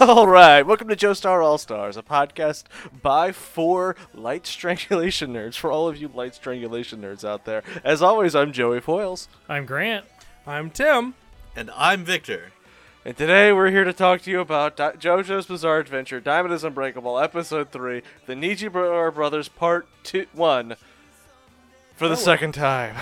All right, welcome to Joe Star All Stars, a podcast by four light strangulation nerds for all of you light strangulation nerds out there. As always, I'm Joey Foyles, I'm Grant. I'm Tim. And I'm Victor. and today we're here to talk to you about Di- JoJo's Bizarre Adventure: Diamond is Unbreakable, Episode Three, The Nijibara Brothers Part Two One, for the second time.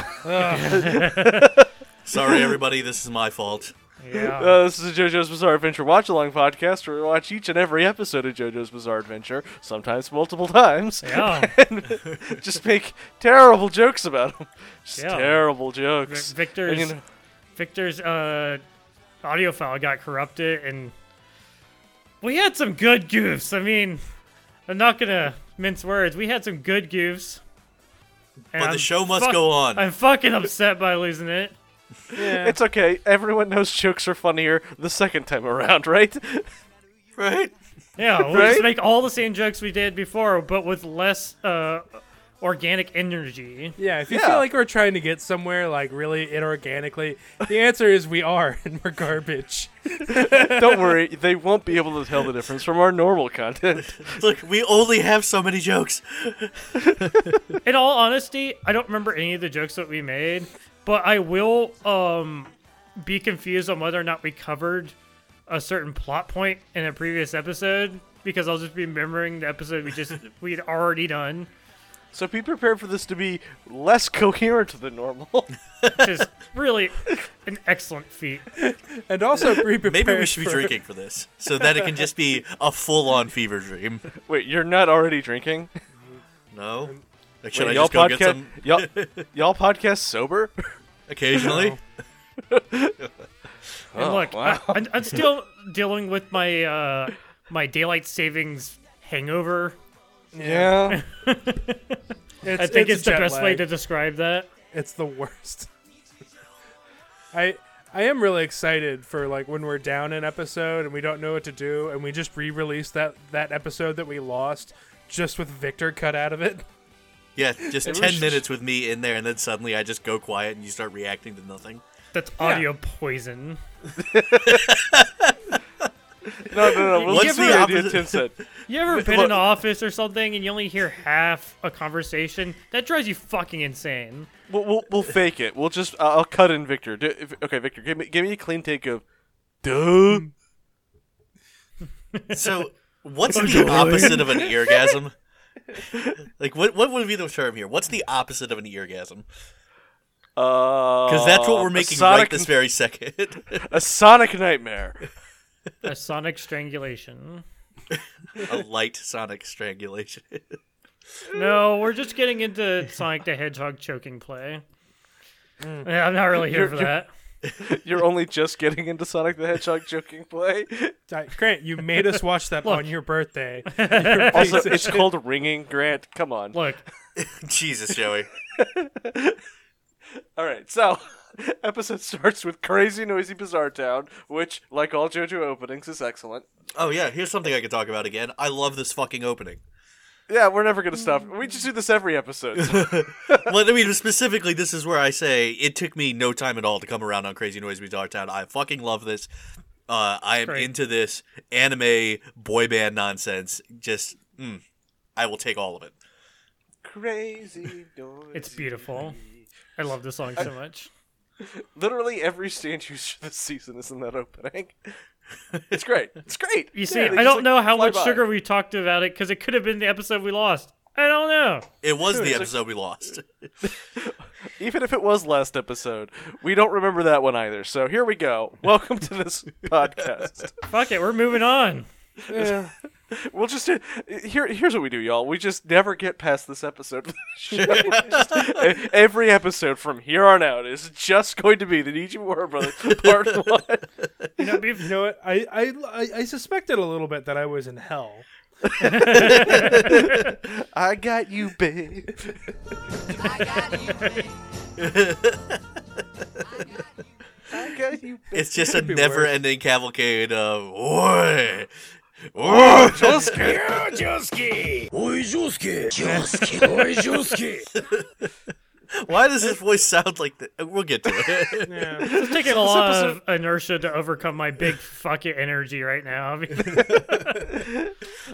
Sorry, everybody, this is my fault. Yeah. Uh, this is a JoJo's Bizarre Adventure watch along podcast where we watch each and every episode of JoJo's Bizarre Adventure, sometimes multiple times. Yeah. just make terrible jokes about him. Just Yeah. terrible Vic- jokes. Victor's And, you know- Victor's uh audio file got corrupted and we had some good goofs. I mean, I'm not going to mince words. We had some good goofs. And But the I'm show must fuck- go on. I'm fucking upset by losing it. Yeah. It's okay. Everyone knows jokes are funnier the second time around, right? Right? Yeah, we'll Right? just make all the same jokes we did before, but with less uh, organic energy. yeah, if you Yeah. feel like we're trying to get somewhere like really inorganically, the answer is we are and we're garbage. Don't worry, they won't be able to tell the difference from our normal content. Look, we only have so many jokes. In all honesty, I don't remember any of the jokes that we made, but I will um, be confused on whether or not we covered a certain plot point in a previous episode because I'll just be remembering the episode we just we'd already done, So be prepared for this to be less coherent than normal. which is really an excellent feat. And also be prepared. Maybe we should be for- drinking for this so that it can just be a full on fever dream. Wait, you're not already drinking? No? Like, should Wait, I y'all just go podca- get some y'all, y'all podcast sober? occasionally? And look, wow. I, am I'm still dealing with my uh, my daylight savings hangover. Yeah. It's, I think it's, a the jet best way lag. to describe that. It's the worst. I I am really excited for like when we're down an episode and we don't know what to do and we just re-release that that episode that we lost just with Victor cut out of it. Yeah, just It 10 was- minutes with me in there, and then suddenly I just go quiet and you start reacting to nothing. That's audio poison. No, no, no. Well, let's give see her- the idea Tim said. You ever been look- in an office or something and you only hear half a conversation? That drives you fucking insane. We'll, we'll, we'll fake it. We'll just uh, I'll I'll cut in Victor. Do, if, okay, Victor, give me give me a clean take of, duh. So, what's Oh, the opposite of an eargasm? Like, what, what would be the term here? What's the opposite of an eargasm? Because Because that's what we're making Uh, a uh, sonic, right this very second. a sonic nightmare. A sonic strangulation. a light sonic strangulation. No, we're just getting into Sonic the Hedgehog choking play. Yeah, I'm not really here Mm. You're- for you're- that. You're only just getting into Sonic the Hedgehog joking play. I- Grant, you made us watch that Look. on your birthday. Also, it's called ringing. Grant, come on. Look, Jesus, Joey. All right, so episode starts with crazy noisy bizarre town, which, like all JoJo openings, is excellent. Oh yeah, here's something I could talk about again. I love this fucking opening. Yeah, we're never gonna stop. We just do this every episode. so- well, I mean, specifically, this is where I say it took me no time at all to come around on Crazy Noise Bizarre Town. I fucking love this. Uh, I am Great. into this anime boy band nonsense. Just, mm, I will take all of it. crazy noisy. it's beautiful. I love this song so much. Literally every stand use for this season is in that opening. It's great. It's great. You see, Yeah, they I just, don't like, know how fly much by. sugar we talked about it because it could have been the episode we lost. I don't know. It was the episode we lost. Even if it was last episode, we don't remember that one either. So here we go. Welcome to this podcast. Fuck it, we're moving on. Yeah. We'll just do, here. Here's what we do, y'all. We just never get past this episode. Just- e- every episode from here on out is just going to be the Nijiwara Brothers Part One. You know, you know what? I, I, I- I suspected a little bit that I was in hell. I got you, babe. I got you, babe. I got you. Babe. It's just a be never-ending cavalcade of oi, oi, Why does his voice sound like that? We'll get to it. Yeah. It's taking a lot of inertia to overcome my big fucking energy right now.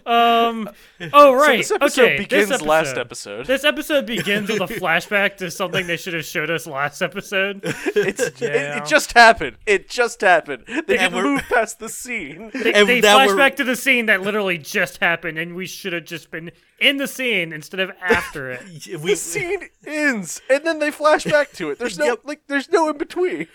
um. Oh So right. this episode okay. begins this episode. last episode. This episode begins with a flashback to something they should have showed us last episode. It's, it- it, Yeah. just happened. It just happened. They And didn't we're- move past the scene. They, And they now flash we're- back to the scene that literally just happened, and we should have just been in the scene instead of after it. The we, scene ends, and then they flash back to it. There's no Yep. like, there's no in between.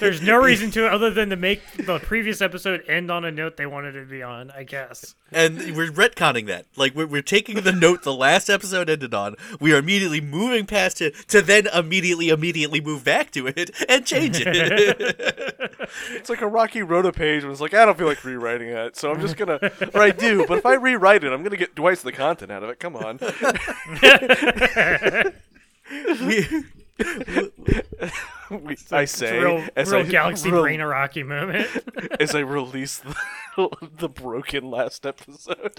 There's no reason to other than to make the previous episode end on a note they wanted it to be on, I guess. and we're retconning that. Like we're, we're taking the note the last episode ended on. We are immediately moving past it to then immediately immediately move back to it and change it. It's like a Rocky Rhoda page was like, I don't feel like rewriting it, so I'm just gonna. Or I do, but if I rewrite it, I'm gonna get twice the content out of it. Come on. We- We- I say Real, as real I galaxy rel- brain Iraqi moment. as I release the, the broken last episode.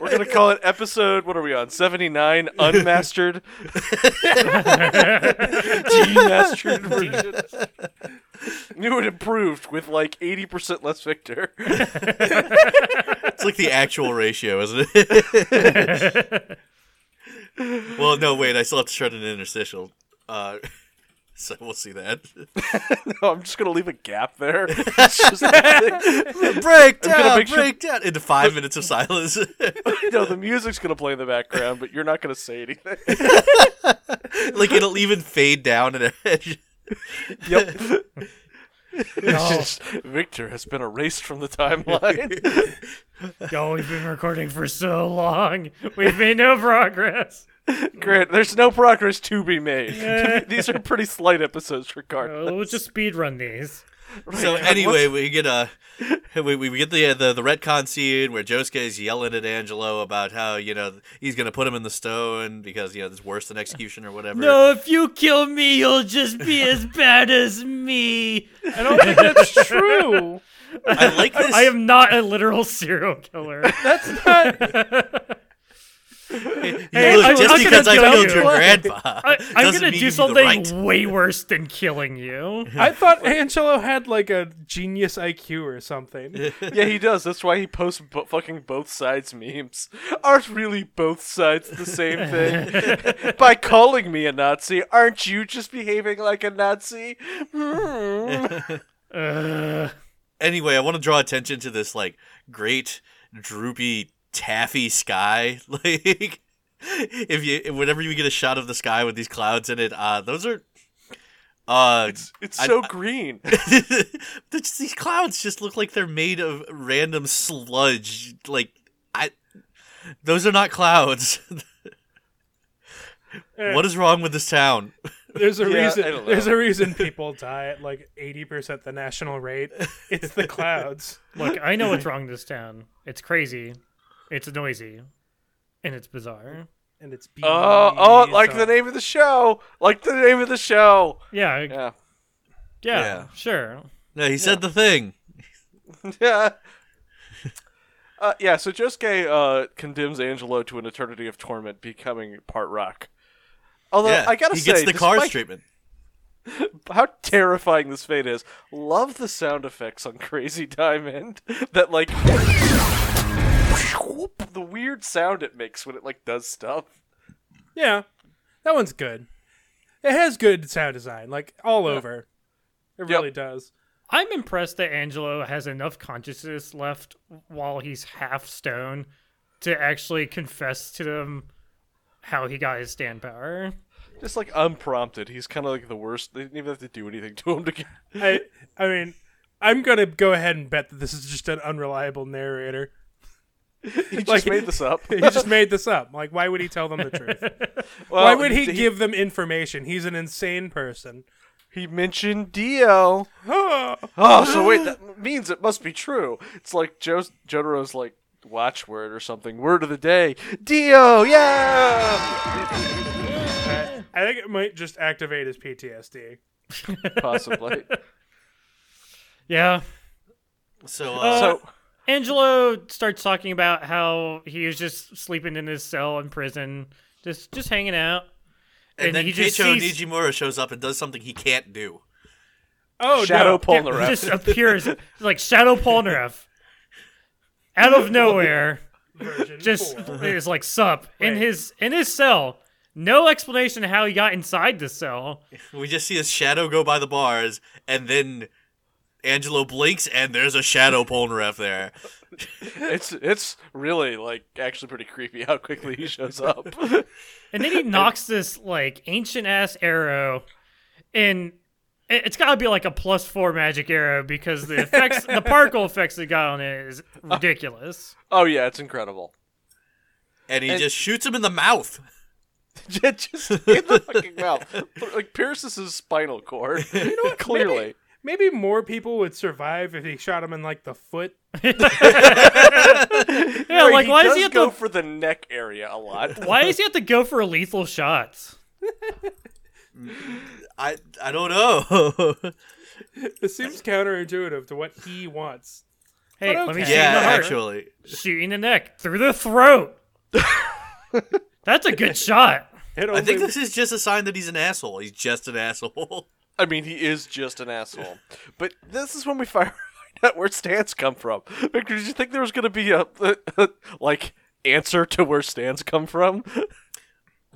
We're gonna call it episode. What are we on? Seventy nine, unmastered, demastered version. New and improved with like eighty percent less Victor. it's like the actual ratio, isn't it? well, no, wait. I still have to shred an interstitial. Uh, so we'll see that. no, I'm just gonna leave a gap there. It's just the thing. break down, make sure- break down into five minutes of silence. no, the music's gonna play in the background, but you're not gonna say anything. like it'll even fade down and Yep. No. Victor has been erased from the timeline. Yo, we've been recording for so long. We've made no progress. Grant, there's no progress to be made. These are pretty slight episodes, Uh, regardless. We'll just speed run these. So Right, and anyway, uh, what's- we get a we, we get the, the the retcon scene where Josuke is yelling at Angelo about how you know he's gonna put him in the stone because you know it's worse than execution or whatever. if you kill me, you'll just be as bad as me. I don't think that's true. I like this. I am not a literal serial killer. Hey, look, I- I'm just gonna because I tell killed you. your grandpa. I, I'm doesn't gonna mean do you the something right. way worse than killing you. I thought Angelo had like a genius IQ or something. yeah, he does. That's why he posts bo- fucking both sides memes. Aren't really both sides the same thing? By calling me a Nazi, aren't you just behaving like a Nazi? Hmm. Uh, Anyway, I want to draw attention to this like great droopy taffy sky. Like if you whenever you get a shot of the sky with these clouds in it, uh those are uh It's I- so green. Just- these clouds just look like they're made of random sludge. Like I, those are not clouds. Eh. what is wrong with this town? There's a Yeah, I reason. don't There's know. a reason people die at like 80% the national rate. It's the clouds. look, I know what's wrong with this town. It's crazy, it's noisy, and it's bizarre. And it's E Oh, oh, bees like on- the name of the show. Like the name of the show. Yeah, yeah, Yeah. Yeah. sure. No, he said the thing. yeah. Uh, yeah, so Josuke uh, condemns Angelo to an eternity of torment, becoming part rock. Although yeah, I gotta he say, gets the cars despite treatment. how terrifying this fate is. Love the sound effects on Crazy Diamond. That like the weird sound it makes when it like does stuff. Yeah, that one's good. It has good sound design, like all over. It really does. I'm impressed that Angelo has enough consciousness left while he's half stone to actually confess to them how he got his stand power. Just like unprompted, he's kind of like the worst. They didn't even have to do anything to him to get. I, I mean, I'm gonna go ahead and bet that this is just an unreliable narrator. He just Like- made this up. He just made this up. Like, why would he tell them the truth? Well, why would he, d- give them information? He's an insane person. He mentioned Dio. Oh, so wait, that means it must be true. It's like Joe's Jotaro's like watchword or something. Word of the day. Dio, yeah. I think it might just activate his PTSD. Possibly. Yeah. So, uh, so Angelo starts talking about how he was just sleeping in his cell in prison, just just hanging out. And, then he just Keicho sees, Nijimura shows up and does something he can't do. Oh Shadow no. Polnareff. yeah, just appears like Shadow Polnareff out of nowhere. Version Just four. is like sup in Wait. his in his cell. No explanation how he got inside the cell. We just see his shadow go by the bars, and then Angelo blinks, and there's a shadow Polnareff there. It's it's really like actually pretty creepy how quickly he shows up. And then he knocks this like ancient ass arrow, and it- it's got to be like a plus four magic arrow because the effects, the particle effects they got on it is ridiculous. oh yeah, it's incredible. And he And- just shoots him in the mouth. just in the fucking mouth, like pierces his spinal cord. You know Clearly, Maybe more people would survive if he shot him in like the foot. Yeah, Right, like he why does does he have go to? for the neck area a lot? Why does he have to go for lethal shots? I I don't know. It seems counterintuitive to what he wants. Hey, But let me okay. shoot in yeah, the heart, actually. shoot in the neck, through the throat. That's a good shot. It I only, think this is just a sign that he's an asshole. He's just an asshole. I mean, he is just an asshole. But this is when we find out where Stans come from. Victor, did you think there was going to be a, like answer to where Stans come from?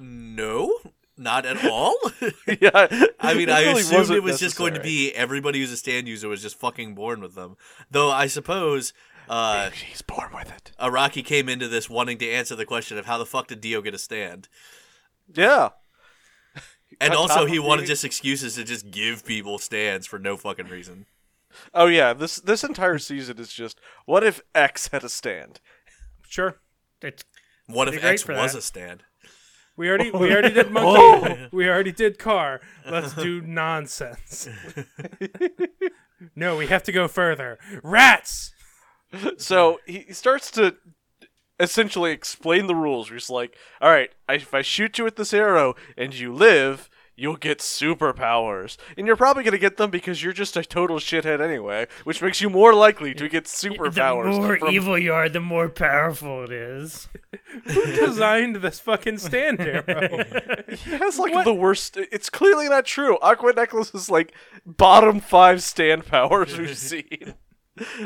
No, not at all. yeah, I mean, I really assumed wasn't it was just going to necessary. be everybody who's a stand user was just fucking born with them. Though I suppose uh, He's born with it. Araki came into this wanting to answer the question of how the fuck did Dio get a stand, Yeah. and On also top he of wanted the- just excuses to just give people stands for no fucking reason. Oh yeah. This this entire season is just what if X had a stand? sure. It's What Be if great X for was that. a stand? We already Oh, we already did monkey. We already did car. Let's do nonsense. no, we have to go further. Rats. So he he starts to essentially explain the rules. Where he's like, "All right, I, if I shoot you with this arrow and you live, you'll get superpowers, and you're probably gonna get them because you're just a total shithead anyway, which makes you more likely to get the superpowers." more from- evil you are, the more powerful it is. Who designed this fucking stand arrow? He has like the worst. It's clearly not true. Aqua Necklace is like bottom five stand powers we've seen.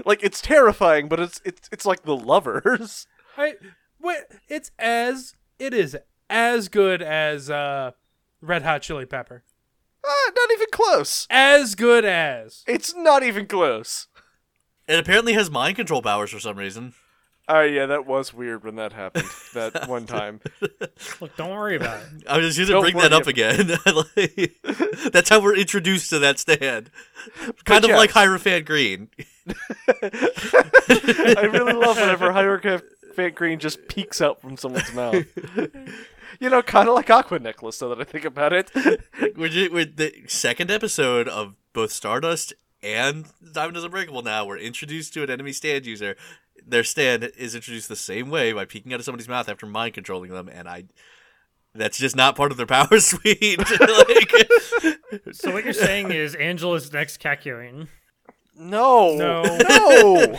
Like it's terrifying, but it's it's it's like the lovers. I wait, it's as it is as good as uh Red Hot Chili Pepper. Ah, not even close. As good as. It's not even close. It apparently has mind control powers for some reason. Oh yeah, that was weird when that happened. That one time. Look, don't worry about it. I was just going Don't to bring that worry up again. Like, That's how we're introduced to that stand. Kind of yes. like Hierophant Green. I really love whenever Hierophant Green just peeks out from someone's mouth. you know, kind of like Aqua Necklace. Now that I think about it, We're, ju- we're the second episode of both Stardust and Diamond is Unbreakable now. We're introduced to an enemy stand user. Their stand is introduced the same way by peeking out of somebody's mouth after mind controlling them, and I. That's just not part of their power suite. like, So what you're saying is Angela's next Kakyoin. no, No. no, Let's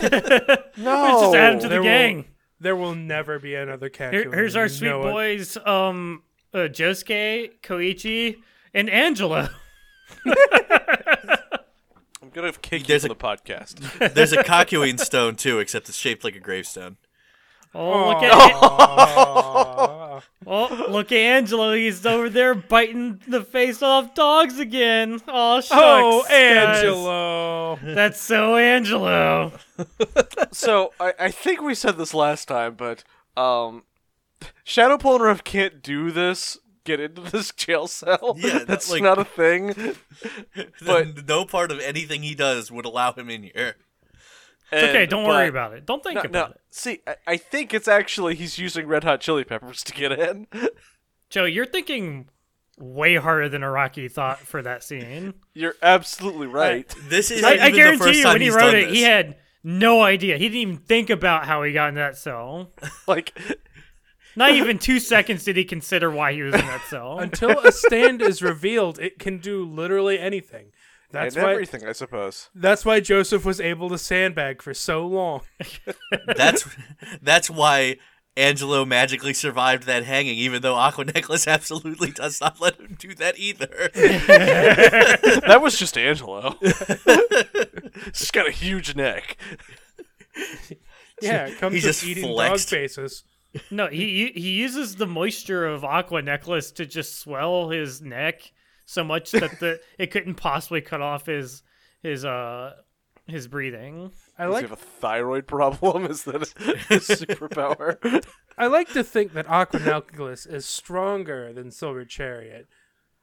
just add him to no. the there gang. There will never be another cat. Here, here's our sweet no, boys, um, uh, Josuke, Koichi, and Angela. I'm gonna kick you There's from a- the podcast. there's a Kakyoin stone too, except it's shaped like a gravestone. Oh, look at oh, look at Angela. He's over there biting the face off dogs again. Oh, shucks, Oh, guys. Angelo. That's so Angelo. so I, I think we said this last time, but um, Shadow Polnareff can't do this. Get into this jail cell. Yeah, that- that's like- not a thing. But- no part of anything he does would allow him in here. It's okay, And- don't worry but- about it. Don't think No, about no. it. See, I, I think it's actually he's using Red Hot Chili Peppers to get in. Joe, you're thinking way harder than Araki thought for that scene. You're absolutely right. This is I, I even the guarantee first you, time when he he's wrote done it, this. he had no idea. He didn't even think about how he got in that cell. like, Not even two seconds did he consider why he was in that cell. Until a stand is revealed, it can do literally anything. That's and why everything, I suppose. that's why Joseph was able to sandbag for so long. That's that's why Angelo magically survived that hanging, even though Aqua Necklace absolutely does not let him do that either. that was just Angelo. She's got a huge neck. Yeah, it comes He with just eating flexed. dog faces. No, he he uses the moisture of Aqua Necklace to just swell his neck so much that the it couldn't possibly cut off his his uh his breathing. I Does like he have a thyroid problem? Is that a superpower? I like to think that Aquanalculus is stronger than Silver Chariot.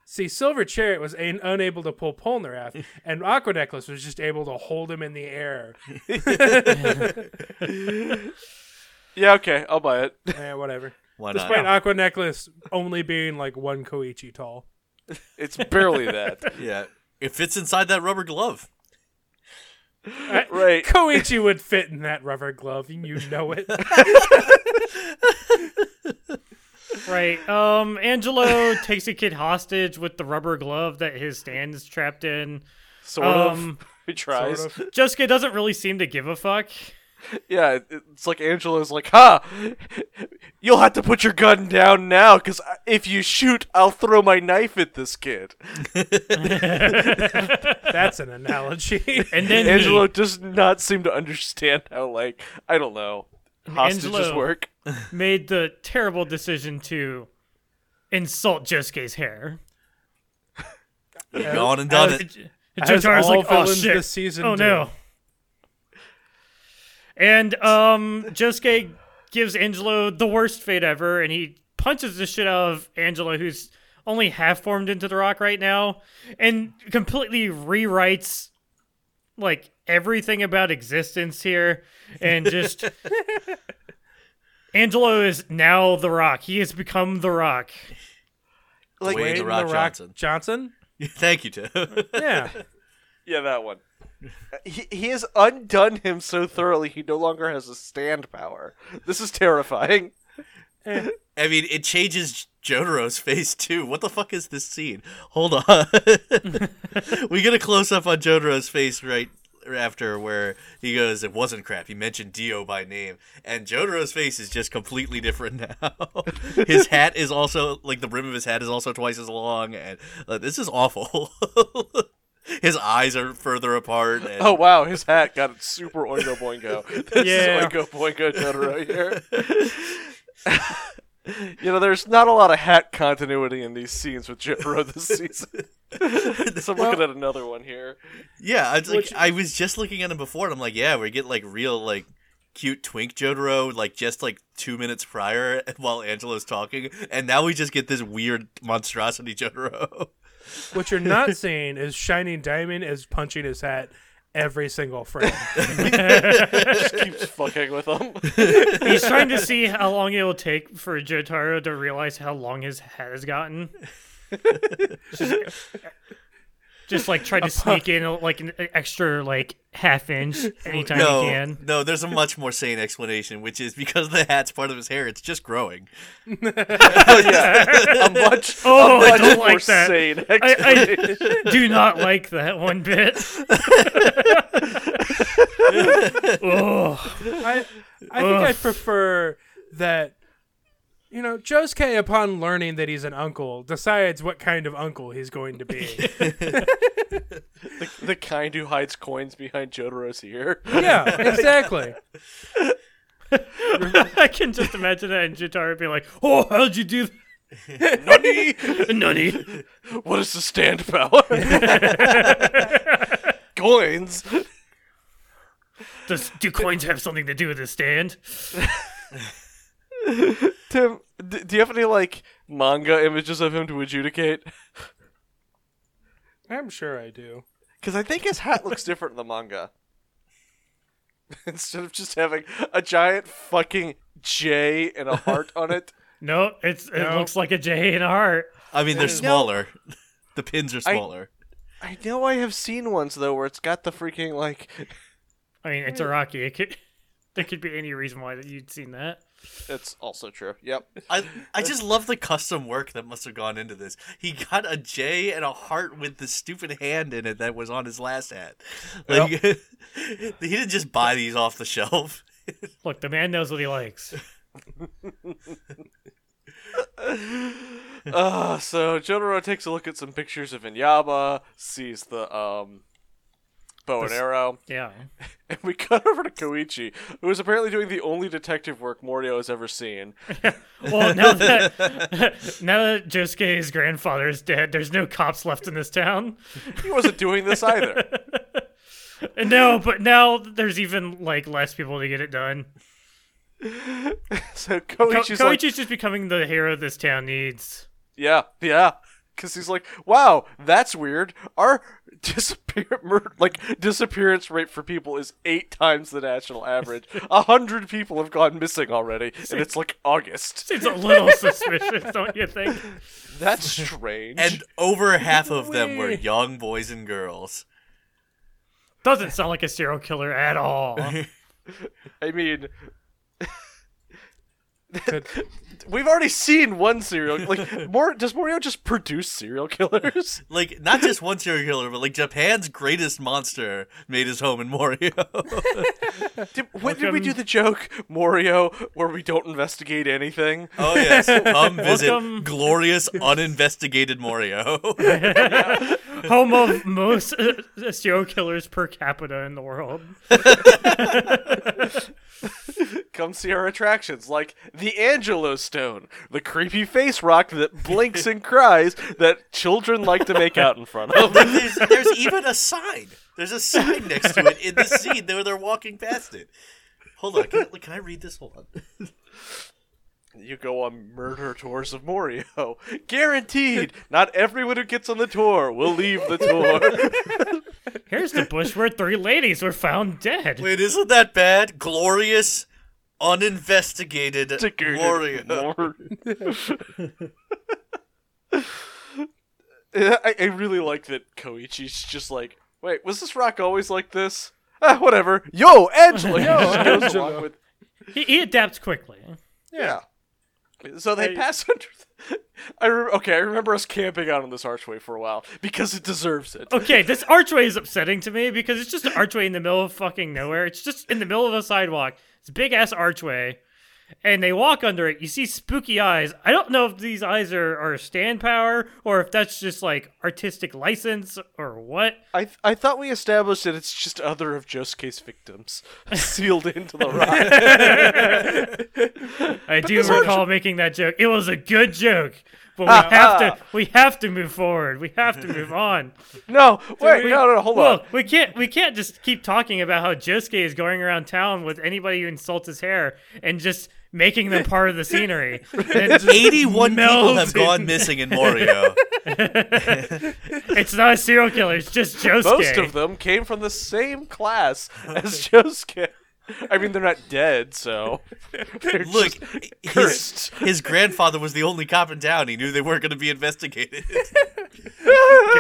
See, Silver Chariot was an- unable to pull Polnareff, and Aquanecklace was just able to hold him in the air. yeah, okay, I'll buy it. Eh, whatever. Why not? Despite Aquanecklace only being like one Koichi tall. It's barely that. Yeah. It fits inside that rubber glove. Right. Koichi would fit in that rubber glove, and you know it. Right. Um Angelo takes a kid hostage with the rubber glove that his stand is trapped in. Sort Um, of. He tries. Sort of. Jessica doesn't really seem to give a fuck. Yeah, it- it's like Angelo's like, "Ha! You'll have to put your gun down now, because if you shoot, I'll throw my knife at this kid." That's an analogy. And then Angelo Angelo does not seem to understand how, like, I don't know, hostages Angelo- work. made the terrible decision to insult Josuke's hair. Gone and done as- it. And As Jotaro's all like, oh villains shit. this season oh do. no. And um, Josuke gives Angelo the worst fate ever, and he punches the shit out of Angelo, who's only half formed into the rock right now, and completely rewrites like everything about existence here, and just. Angelo is now the rock. He has become the rock. Like, Wait. Dwayne The Dwayne Rock Johnson. Johnson? Thank you, Tim. Yeah. yeah, that one. He, he has undone him so thoroughly he no longer has a stand power. This is terrifying. I mean, it changes Jotaro's face too. What the fuck is this scene? Hold on. we get a close up on Jotaro's face right after where he goes, It wasn't crap. He mentioned Dio by name. And Jotaro's face is just completely different now. his hat is also, like, the brim of his hat is also twice as long. And uh, this is awful. his eyes are further apart. And, Oh wow, his hat got super oingo boingo. This Yeah. is oingo boingo Totoro here. you know, there's not a lot of hat continuity in these scenes with Jotaro this season. so I'm looking at another one here. Yeah, I was, like, I was just looking at him before, and I'm like, yeah, we get like real like cute twink Jotaro, like just like two minutes prior while Angelo's talking, and now we just get this weird monstrosity Jotaro. What you're not seeing is Shining Diamond is punching his hat every single frame. Just keeps fucking with him. He's trying to see how long it will take for Jotaro to realize how long his head has gotten. Just- just like try to sneak in like an extra like half inch anytime no, he can. no, there's a much more sane explanation, which is because the hat's part of his hair, it's just growing. A much, Oh, a I much don't more like that. sane I, I do not like that one bit. oh, I, I think I prefer that. You know, Josuke, upon learning that he's an uncle, decides what kind of uncle he's going to be. the kind who hides coins behind Jotaro's ear. yeah, exactly. I can just imagine that and Jotaro being like, "Oh, how'd you do that, Nani! Nunny?" What is the stand power? coins? Does do coins have something to do with this stand? Tim, d- do you have any like manga images of him to adjudicate? I'm sure I do. Because I think his hat looks different in the manga. Instead of just having a giant fucking J and a heart on it, No, it's it No. looks like a J in a heart. I mean, they're smaller. the pins are I- smaller. I know I have seen ones though where it's got the freaking like I mean, it's Iraqi. It could, there could be any reason why that you'd seen that. It's also true. Yep. I I just love the custom work that must have gone into this. He got a J and a heart with the stupid hand in it that was on his last hat. Like he didn't just buy these off the shelf. Look, the man knows what he likes. Uh, so Jotaro takes a look at some pictures of Inyaba, sees the um, bow and arrow, Yeah. and we cut over to Koichi, who is apparently doing the only detective work Morio has ever seen. Well, now that now that Josuke's grandfather is dead, there's no cops left in this town. He wasn't doing this either. And no, but now there's even like less people to get it done. So Ko- Koichi's Koichi's like, just becoming the hero this town needs. yeah, yeah. Because he's like, wow, that's weird. Our disappear mur- like disappearance rate for people is eight times the national average. A hundred people have gone missing already, and it's like August. Seems a little suspicious, don't you think? That's strange. and over half of them were young boys and girls. Doesn't sound like a serial killer at all. I mean, Could- we've already seen one serial. Like, more does Morio just produce serial killers? Like not just one serial killer, but like Japan's greatest monster made his home in Morio. Did, when did we do Welcome- the joke Morio where we don't investigate anything? oh yes, come visit Welcome. glorious uninvestigated Morio. Home of most uh, serial killers per capita in the world. Come see our attractions like the Angelo Stone, the creepy face rock that blinks and cries that children like to make out in front of. there's, there's even a sign. There's a sign next to it in the scene where they're walking past it. Hold on, can I, can I read this? Hold on. You go on murder tours of Morio. Guaranteed, not everyone who gets on the tour will leave the tour. Here's the bush where three ladies were found dead. Wait, isn't that bad? Glorious, uninvestigated Morio. Yeah, I, I really like that Koichi's just like, wait, was this rock always like this? Ah, whatever. Yo, Angela. He just goes Angela. along with- He, he adapts quickly. yeah. So they pass under. th- I re- okay. I remember us camping out on this archway for a while because it deserves it. Okay, this archway is upsetting to me because it's just an archway in the middle of fucking nowhere. It's just in the middle of a sidewalk. It's a big ass archway. And they walk under it. You see spooky eyes. I don't know if these eyes are, are stand power or if that's just like artistic license or what. I th- I thought we established that it's just other of Josuke's victims sealed into the rock. I do this arch- Ah, recall making that joke. It was a good joke, but we have to we have to move forward. We have to move on. no, wait, We- no, no, hold on. Look, we can't we can't just keep talking about how Josuke is going around town with anybody who insults his hair and just making them part of the scenery. And just 81 people have melding. gone missing in Morio. It's not a serial killer. It's just Josuke. Most of them came from the same class as Josuke. I mean, they're not dead, so they're Look, just his, cursed. his grandfather was the only cop in town. He knew they weren't going to be investigated.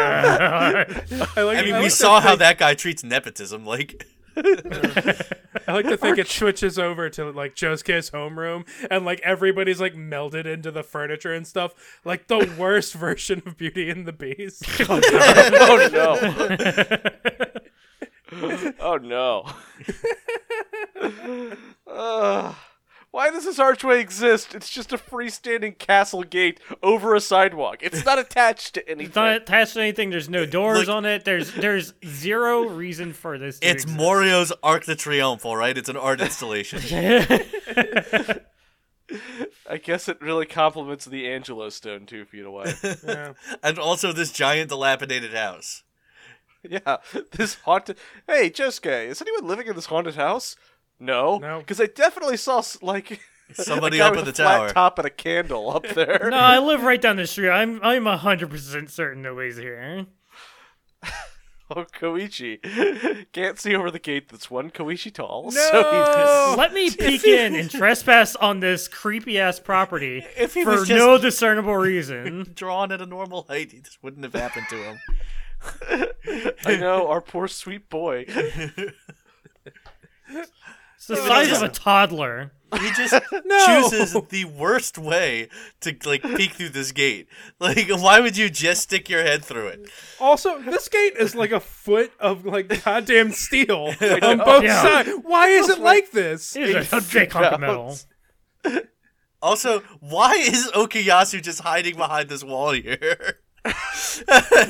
I like. I mean, I we like saw how that guy treats nepotism. Like, I like to think it switches over to like Josuke's homeroom and like everybody's like melded into the furniture and stuff. Like the worst version of Beauty and the Beast. oh no! oh no! Ugh. why does this archway exist? It's just a freestanding castle gate over a sidewalk. It's not attached to anything. It's not attached to anything. There's no doors Look- on it. There's there's zero reason for this. To it's exist. Morio's Arc de Triomphe, all right? It's an art installation. I guess it really complements the Angelo Stone two feet away. and also this giant dilapidated house. Yeah, this haunted. Hey, Josuke, is anyone living in this haunted house? No, No. because I definitely saw s- like Somebody a guy up with in a the flat tower. top and a candle up there. No, I live right down the street. I'm I'm hundred percent certain nobody's here. Oh, Koichi can't see over the gate. That's one Koichi tall. So he Oh, just... Let me peek in and trespass on this creepy ass property If he for was just- no discernible reason. Drawn at a normal height, this wouldn't have happened to him. I know our poor sweet boy. It's the size just- of a toddler. He just chooses the worst way to like peek through this gate. Like, why would you just stick your head through it? Also, this gate is like a foot of like goddamn steel on both Yeah. sides. Why is it like this? It is a thick hunk of metal. Also, why is Okuyasu just hiding behind this wall here? Why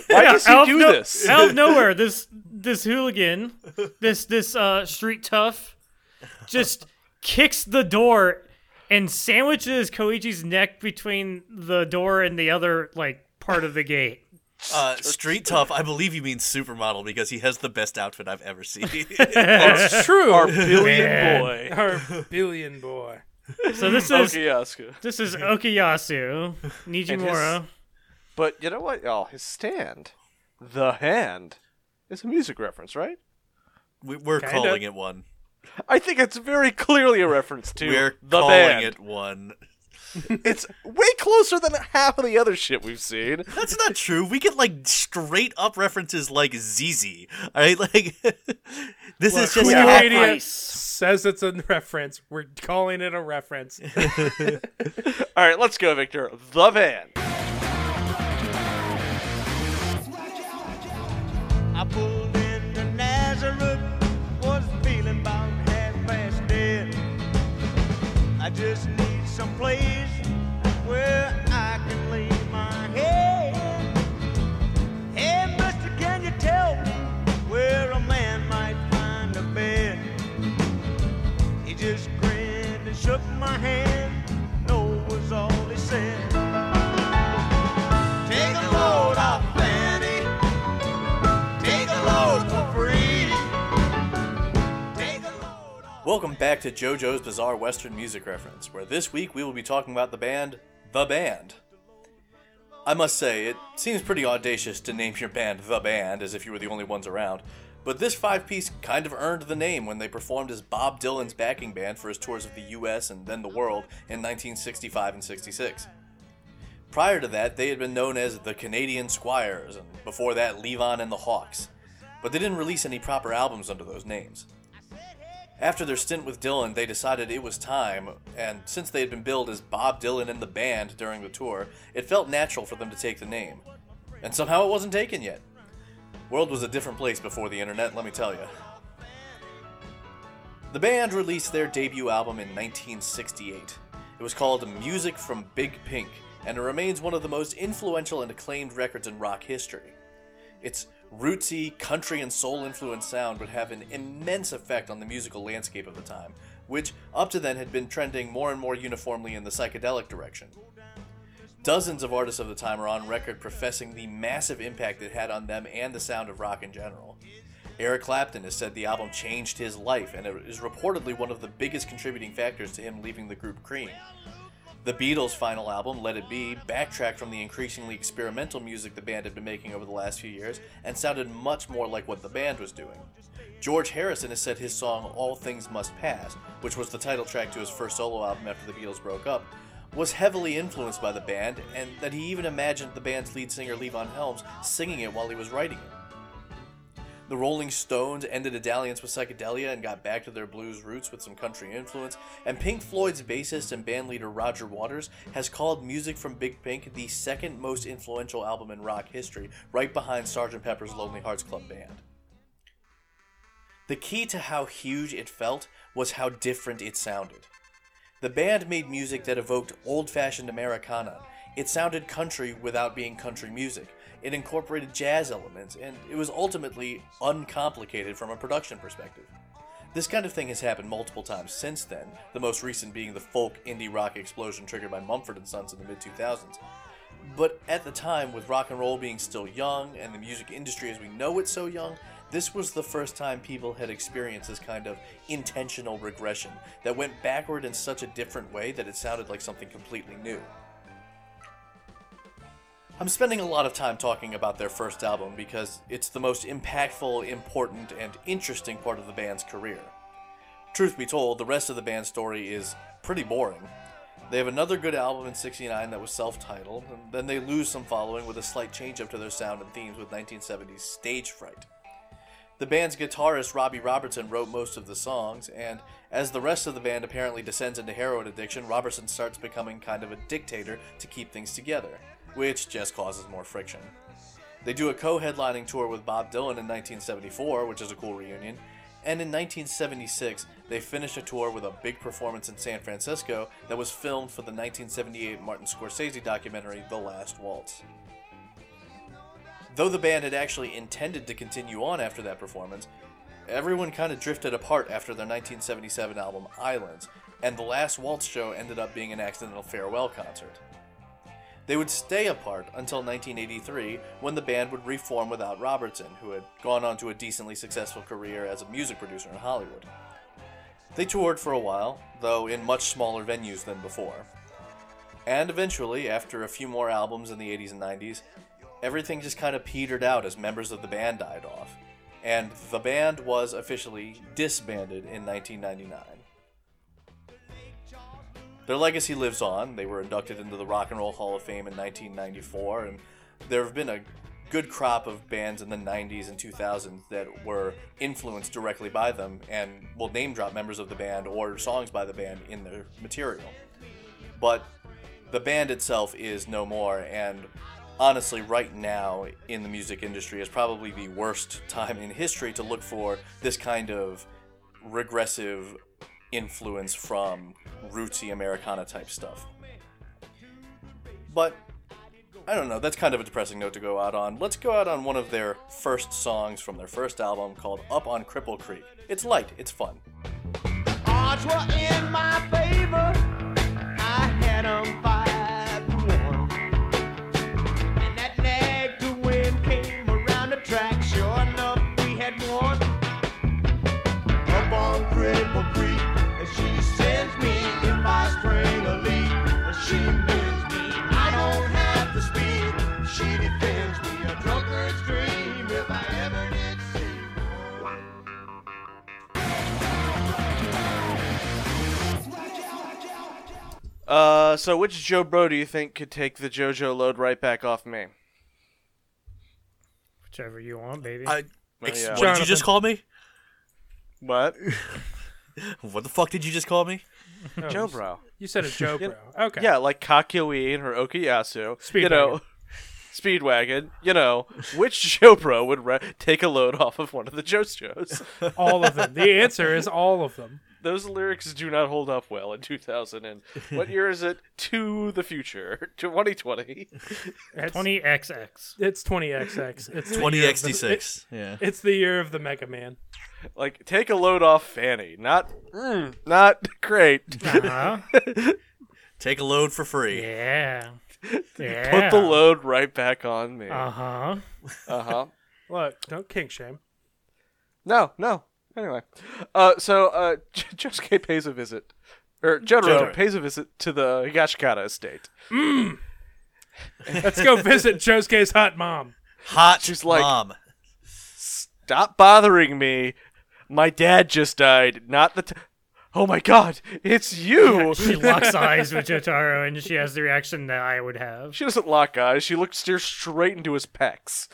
does he out of do no- this? Out of nowhere, this this hooligan, this this uh, street tough, just kicks the door and sandwiches Koichi's neck between the door and the other like part of the gate. Uh, street tough, I believe you mean supermodel because he has the best outfit I've ever seen. It's true. Our billion Man. boy. Our billion boy. So this is Okuyasu. this is Okuyasu Nijimura. But you know what, y'all? His stand, the hand, is a music reference, right? We- We're Kinda. calling it one. I think it's very clearly a reference to We're the calling band. it one. It's way closer than half of the other shit we've seen. That's not true. We get like straight up references like ZZ. All right, like this is just Queen half- half Radio ice. says it's a reference. We're calling it a reference. All right, let's go, Victor. The band. I pulled into Nazareth, was feeling about half past dead. I just need some place where I can lay my head. Hey, mister, can you tell me where a man might find a bed? He just grinned and shook my hand, no was all he said. Take a load off, Fanny. Take a load for free. Take a load off. Welcome back to JoJo's Bizarre Western Music Reference, where this week we will be talking about the band The Band. I must say, it seems pretty audacious to name your band The Band as if you were the only ones around, but this five piece kind of earned the name when they performed as Bob Dylan's backing band for his tours of the US and then the world in 1965 and 66. Prior to that, they had been known as the Canadian Squires, and before that, Levon and the Hawks, but they didn't release any proper albums under those names. After their stint with Dylan, they decided it was time, and since they had been billed as Bob Dylan and the band during the tour, it felt natural for them to take the name. And somehow it wasn't taken yet. World was a different place before the internet, let me tell you. The band released their debut album in 1968. It was called Music from Big Pink, and it remains one of the most influential and acclaimed records in rock history. Its rootsy, country, and soul influenced sound would have an immense effect on the musical landscape of the time, which up to then had been trending more and more uniformly in the psychedelic direction. Dozens of artists of the time are on record professing the massive impact it had on them and the sound of rock in general. Eric Clapton has said the album changed his life, and it is reportedly one of the biggest contributing factors to him leaving the group Cream. The Beatles' final album, Let It Be, backtracked from the increasingly experimental music the band had been making over the last few years and sounded much more like what the band was doing. George Harrison has said his song All Things Must Pass, which was the title track to his first solo album after the Beatles broke up, was heavily influenced by the band, and that he even imagined the band's lead singer Levon Helms singing it while he was writing it. The Rolling Stones ended a dalliance with psychedelia and got back to their blues roots with some country influence, and Pink Floyd's bassist and bandleader Roger Waters has called Music from Big Pink the second most influential album in rock history, right behind Sgt. Pepper's Lonely Hearts Club Band. The key to how huge it felt was how different it sounded. The band made music that evoked old fashioned Americana. It sounded country without being country music. It incorporated jazz elements, and it was ultimately uncomplicated from a production perspective. This kind of thing has happened multiple times since then, the most recent being the folk indie rock explosion triggered by Mumford & Sons in the mid 2000s. But at the time, with rock and roll being still young and the music industry as we know it so young, this was the first time people had experienced this kind of intentional regression that went backward in such a different way that it sounded like something completely new. I'm spending a lot of time talking about their first album because it's the most impactful, important, and interesting part of the band's career. Truth be told, the rest of the band's story is pretty boring. They have another good album in 69 that was self titled, and then they lose some following with a slight change up to their sound and themes with 1970s Stage Fright. The band's guitarist Robbie Robertson wrote most of the songs, and as the rest of the band apparently descends into heroin addiction, Robertson starts becoming kind of a dictator to keep things together, which just causes more friction. They do a co headlining tour with Bob Dylan in 1974, which is a cool reunion, and in 1976, they finished a tour with a big performance in San Francisco that was filmed for the 1978 Martin Scorsese documentary The Last Waltz. Though the band had actually intended to continue on after that performance, everyone kind of drifted apart after their 1977 album Islands, and the last waltz show ended up being an accidental farewell concert. They would stay apart until 1983 when the band would reform without Robertson, who had gone on to a decently successful career as a music producer in Hollywood. They toured for a while, though in much smaller venues than before. And eventually, after a few more albums in the 80s and 90s, everything just kind of petered out as members of the band died off. And the band was officially disbanded in 1999. Their legacy lives on. They were inducted into the Rock and Roll Hall of Fame in 1994, and there have been a good crop of bands in the 90s and 2000s that were influenced directly by them and will name drop members of the band or songs by the band in their material. But the band itself is no more, and honestly, right now in the music industry is probably the worst time in history to look for this kind of regressive influence from rootsy Americana type stuff. But I don't know, that's kind of a depressing note to go out on. Let's go out on one of their first songs from their first album called Up on Cripple Creek. It's light, it's fun. odds were in my favor. I had 'em five to one. And that nag to win came around the track. Sure enough, we had won. Up on Cripple Creek, and she sends me if I spring a leak. And she bends me, I don't have to speak. She defends me, a drunkard's dream if I ever did see one. Uh, so which Joe Bro do you think could take the JoJo load right back off me? Whichever you want, baby. I, ex- yeah. What did you just Jonathan. call me? What? What the fuck did you just call me? Oh, Joe you- Bro. You said a Joe bro. Okay. Yeah, like Kakyoe and her Okuyasu. You Speedwagon. know, Speedwagon. You know, which Joe Bro would re- take a load off of one of the JoJos? All of them. The answer is all of them. Those lyrics do not hold up well in 2000. And what year is it? To the future. 2020. It's, 20XX. It's 20XX. It's the Twenty year of the- XT six. Yeah. It's the year of the Mega Man. Like, take a load off Fanny. Not, mm, not great. Uh-huh. Take a load for free. yeah. Yeah. Put the load right back on me. Uh huh. Uh huh. Look, don't kink shame. No, no. Anyway, uh, so uh, J- Josuke pays a visit, or Jotaro Jotaro. pays a visit to the Higashikata estate. Let's go visit Josuke's hot mom. Hot She's like- mom. Stop bothering me. My dad just died. Not the. T- oh my god, it's you. She locks eyes with Jotaro and she has the reaction that I would have. she doesn't lock eyes. She looks stares straight into his pecs.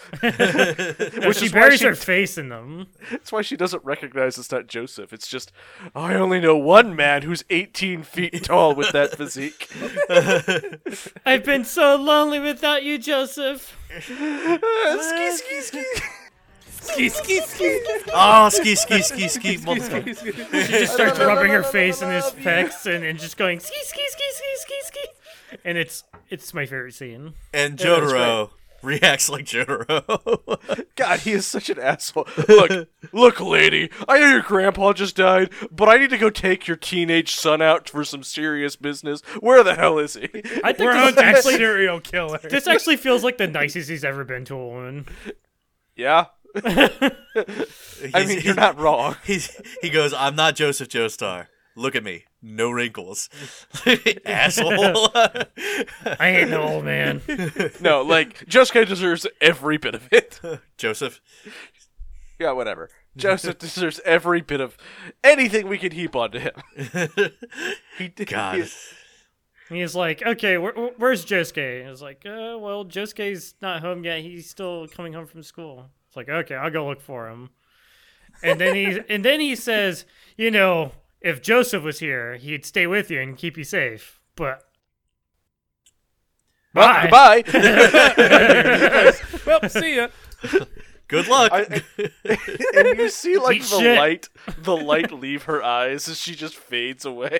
Well, she is why buries she- her face in them. That's why she doesn't recognize it's not Joseph. It's just I only know one man who's 18 feet tall with that physique. I've been so lonely without you, Joseph. ski, ski, ski. Ah, Oh, ski, ski, ski, ski. motherfucker. She just starts rubbing her face in his pecs and, and just going ski ski ski ski ski ski. And it's it's my favorite scene. And Jotaro reacts like Jotaro. God, he is such an asshole. Look, look, lady, I know your grandpa just died, but I need to go take your teenage son out for some serious business. Where the hell is he? I think We're this on actually serial killer. this actually feels like the nicest he's ever been to a woman. Yeah, I He's- mean, he's- you're not wrong. He's, he goes, I'm not Joseph Joestar. Look at me. No wrinkles. Asshole. I ain't no old man. No, like, Jessica deserves every bit of it. Joseph. Yeah, whatever. Joseph deserves every bit of anything we can heap onto him. He did. God. He's like, okay, where, where- where's Josuke? And it's like, uh, well, Josuke's not home yet. He's still coming home from school. It's like, okay, I'll go look for him. And then he and then he says, you know, if Joseph was here, he'd stay with you and keep you safe. But Well, Bye. goodbye. well, see ya. Good luck. I- and you see like Eat the shit. light the light leave her eyes as she just fades away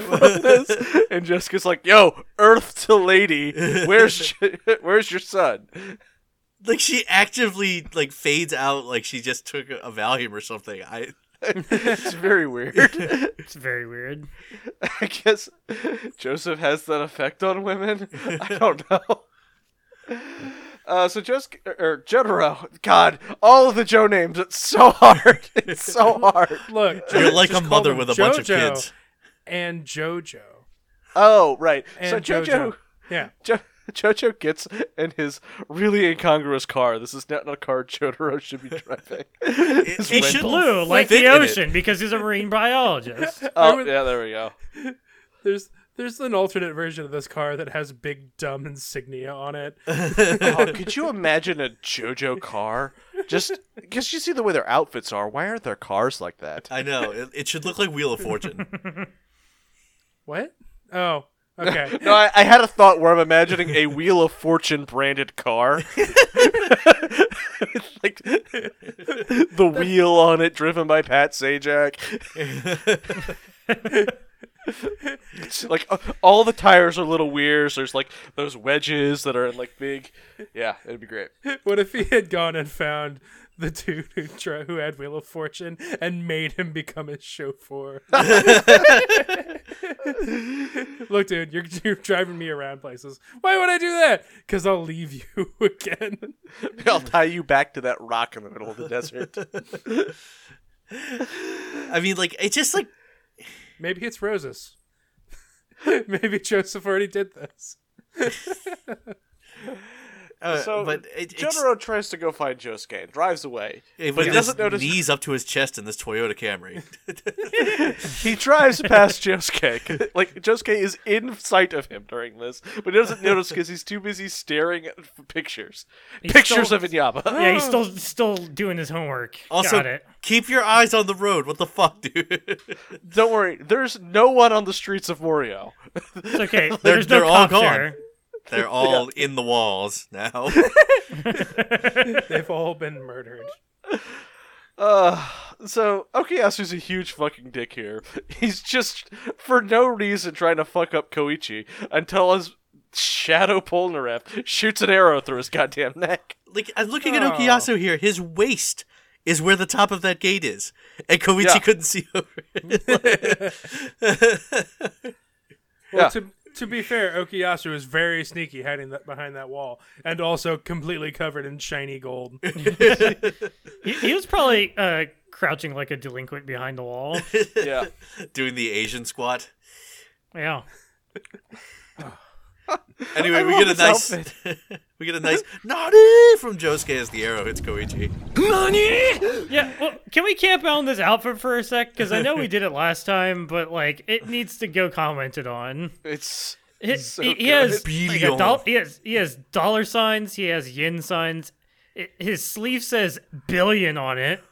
from this. and jessica's like yo earth to lady where's y- where's your son like she actively like fades out like she just took a Valium or something. I it's very weird It's very weird. i guess joseph has that effect on women i don't know uh, so just or Jotaro, God, all of the Joe names. It's so hard. It's so hard. Look, you're like a just call mother them with a bunch of JoJo kids. And JoJo. Oh, right. And so JoJo, JoJo. Yeah. Jo- Jojo gets in his really incongruous car. This is not a car Jotaro should be driving. His it red- should- Blue, like fit the in it. ocean, because he's a marine biologist. oh, would- yeah, there we go. There's there's an alternate version of this car that has big dumb insignia on it. Oh, could you imagine a Jojo car? Just because you see the way their outfits are, why aren't their cars like that? I know. It, it should look like Wheel of Fortune. What? Oh, okay. No, I, I had a thought where I'm imagining a Wheel of Fortune branded car. like the wheel on it driven by Pat Sajak. It's like uh, all the tires are little weirs. There's like those wedges that are in like big. Yeah, it'd be great. What if he had gone and found the dude who, dro- who had Wheel of Fortune and made him become his chauffeur? Look, dude, you're, you're driving me around places. Why would I do that? Because I'll leave you again. I'll tie you back to that rock in the middle of the desert. I mean, like it's just like Maybe it's roses. Maybe Joseph already did this. uh, So, but it, it's Jotaro tries to go find Josuke and drives away. it, but but he he doesn't notice- knees up to his chest in this Toyota Camry. He drives past Josuke. Like, Josuke is in sight of him during this, but he doesn't notice because he's too busy staring at f- pictures. He's pictures still- of Inyaba. Yeah, he's still still doing his homework. Got Oh. Also, it. keep your eyes on the road. What the fuck, dude? Don't worry, there's no one on the streets of Morio. It's okay. There's no they're all cops gone. there. They're all in the walls now. They've all been murdered. Uh, so, Okuyasu's a huge fucking dick here. He's just, for no reason, trying to fuck up Koichi until his shadow Polnareff shoots an arrow through his goddamn neck. like I'm looking Oh. at Okuyasu here. His waist is where the top of that gate is, and Koichi Yeah. couldn't see over it. Yeah. Well, to, to be fair, Okuyasu is very sneaky hiding that behind that wall and also completely covered in shiny gold. He, he was probably uh, crouching like a delinquent behind the wall. Yeah. doing the Asian squat. Yeah. Anyway, we love get a his nice, we get a nice naughty from Josuke as the arrow hits Koichi. Yeah, well, can we camp out on this outfit for a sec? Because I know we did it last time, but like it needs to go commented on. It's. He, So he- he good. has like a Billion. doll- he has he has dollar signs. He has yen signs. I his sleeve says billion on it.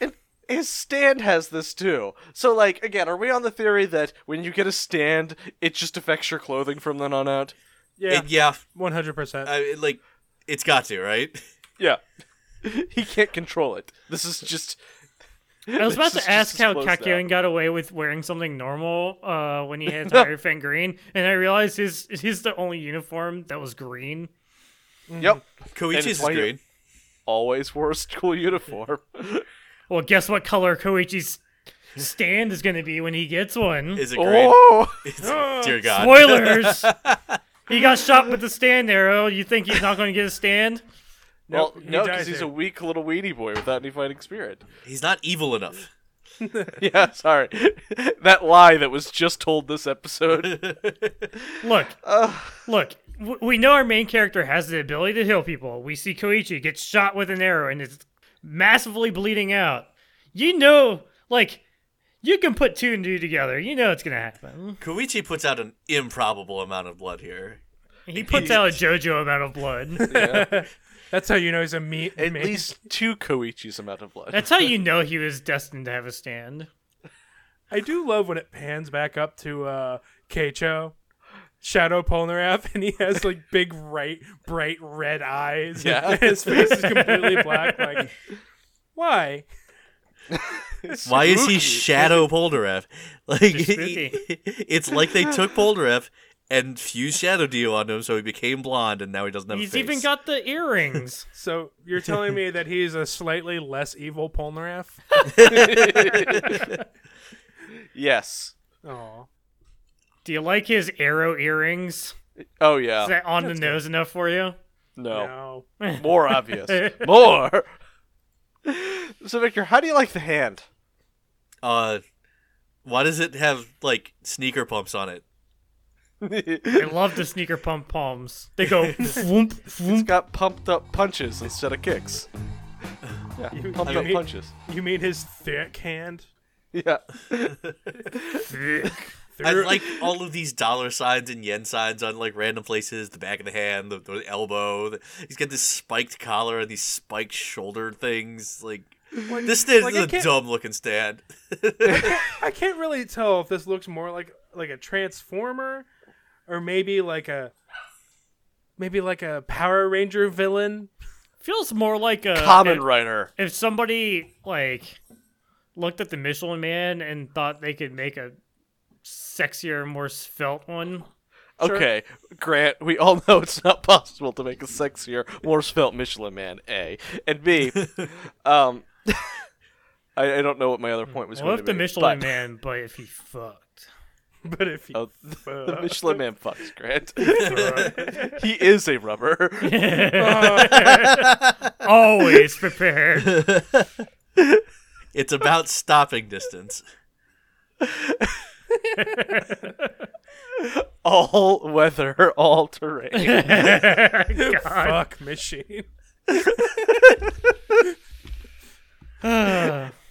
And his stand has this too. So, like, again, are we on the theory that when you get a stand, it just affects your clothing from then on out? Yeah, It- Yeah, one hundred percent. I it, like it's got to right. Yeah. he can't control it. This is just. I was about This is to ask just how close now. Kakyoin got away with wearing something normal uh, when he had entire fan green, and I realized his his the only uniform that was green. Mm-hmm. Yep. And it's Koichi's is why you're- green. Always wore a school uniform. Well, guess what color Koichi's stand is going to be when he gets one. Is it green? oh! It's- Dear God. Spoilers. he got shot with the stand arrow. You think he's not going to get a stand? Well, Nope, he no, dies because he's here. a weak little weenie boy without any fighting spirit. He's not evil enough. Yeah, sorry. that lie that was just told this episode. Look, look. w- We know our main character has the ability to heal people. We see Koichi get shot with an arrow and it's massively bleeding out. You know, like, you can put two and two together. You know it's gonna happen. Koichi puts out an improbable amount of blood here. He puts out a JoJo amount of blood. That's how you know he's a meat. At meat. least two Koichis amount of blood. That's how you know he was destined to have a stand. I do love when it pans back up to uh, Keicho Shadow Polnareff, and he has like big right, bright red eyes. Yeah. his face is completely black. Like, why? Why is he Shadow Polnareff? Like Just spooky. it's like they took Polnareff and fused Shadow Dio onto him, so he became blonde, and now he doesn't have. He's a face. even got the earrings. So you're telling me that he's a slightly less evil Polnareff? Yes. Oh, Do you like his arrow earrings? Oh yeah. Is that on the nose enough for you? No. no. More obvious. More. So Victor, how do you like the hand? Uh, why does it have like sneaker pumps on it? I love the sneaker pump palms. They go whoomp, It's whoomp. got pumped up punches instead of kicks. Yeah, pumped you up mean- punches. You mean his thick hand? Yeah. I like all of these dollar signs and yen signs on like random places. The back of the hand, the, the elbow. The, he's got this spiked collar and these spiked shoulder things. Like this stand like, I is a can't- dumb looking stand. I can't really tell if this looks more like like a transformer, or maybe like a maybe like a Power Ranger villain. Feels more like a Uh, Common if, Rider. if somebody like looked at the Michelin Man and thought they could make a sexier, more svelte one. Okay, Grant, we all know it's not possible to make a sexier, more svelte Michelin man, A. And B, um, I, I don't know what my other point was Well, going if to the be. Michelin but- Man, but if he fucked. But if he, Oh, the Michelin man fucks, Grant. he is a rubber. Always prepared. It's about stopping distance. All weather, all terrain. God. fuck machine.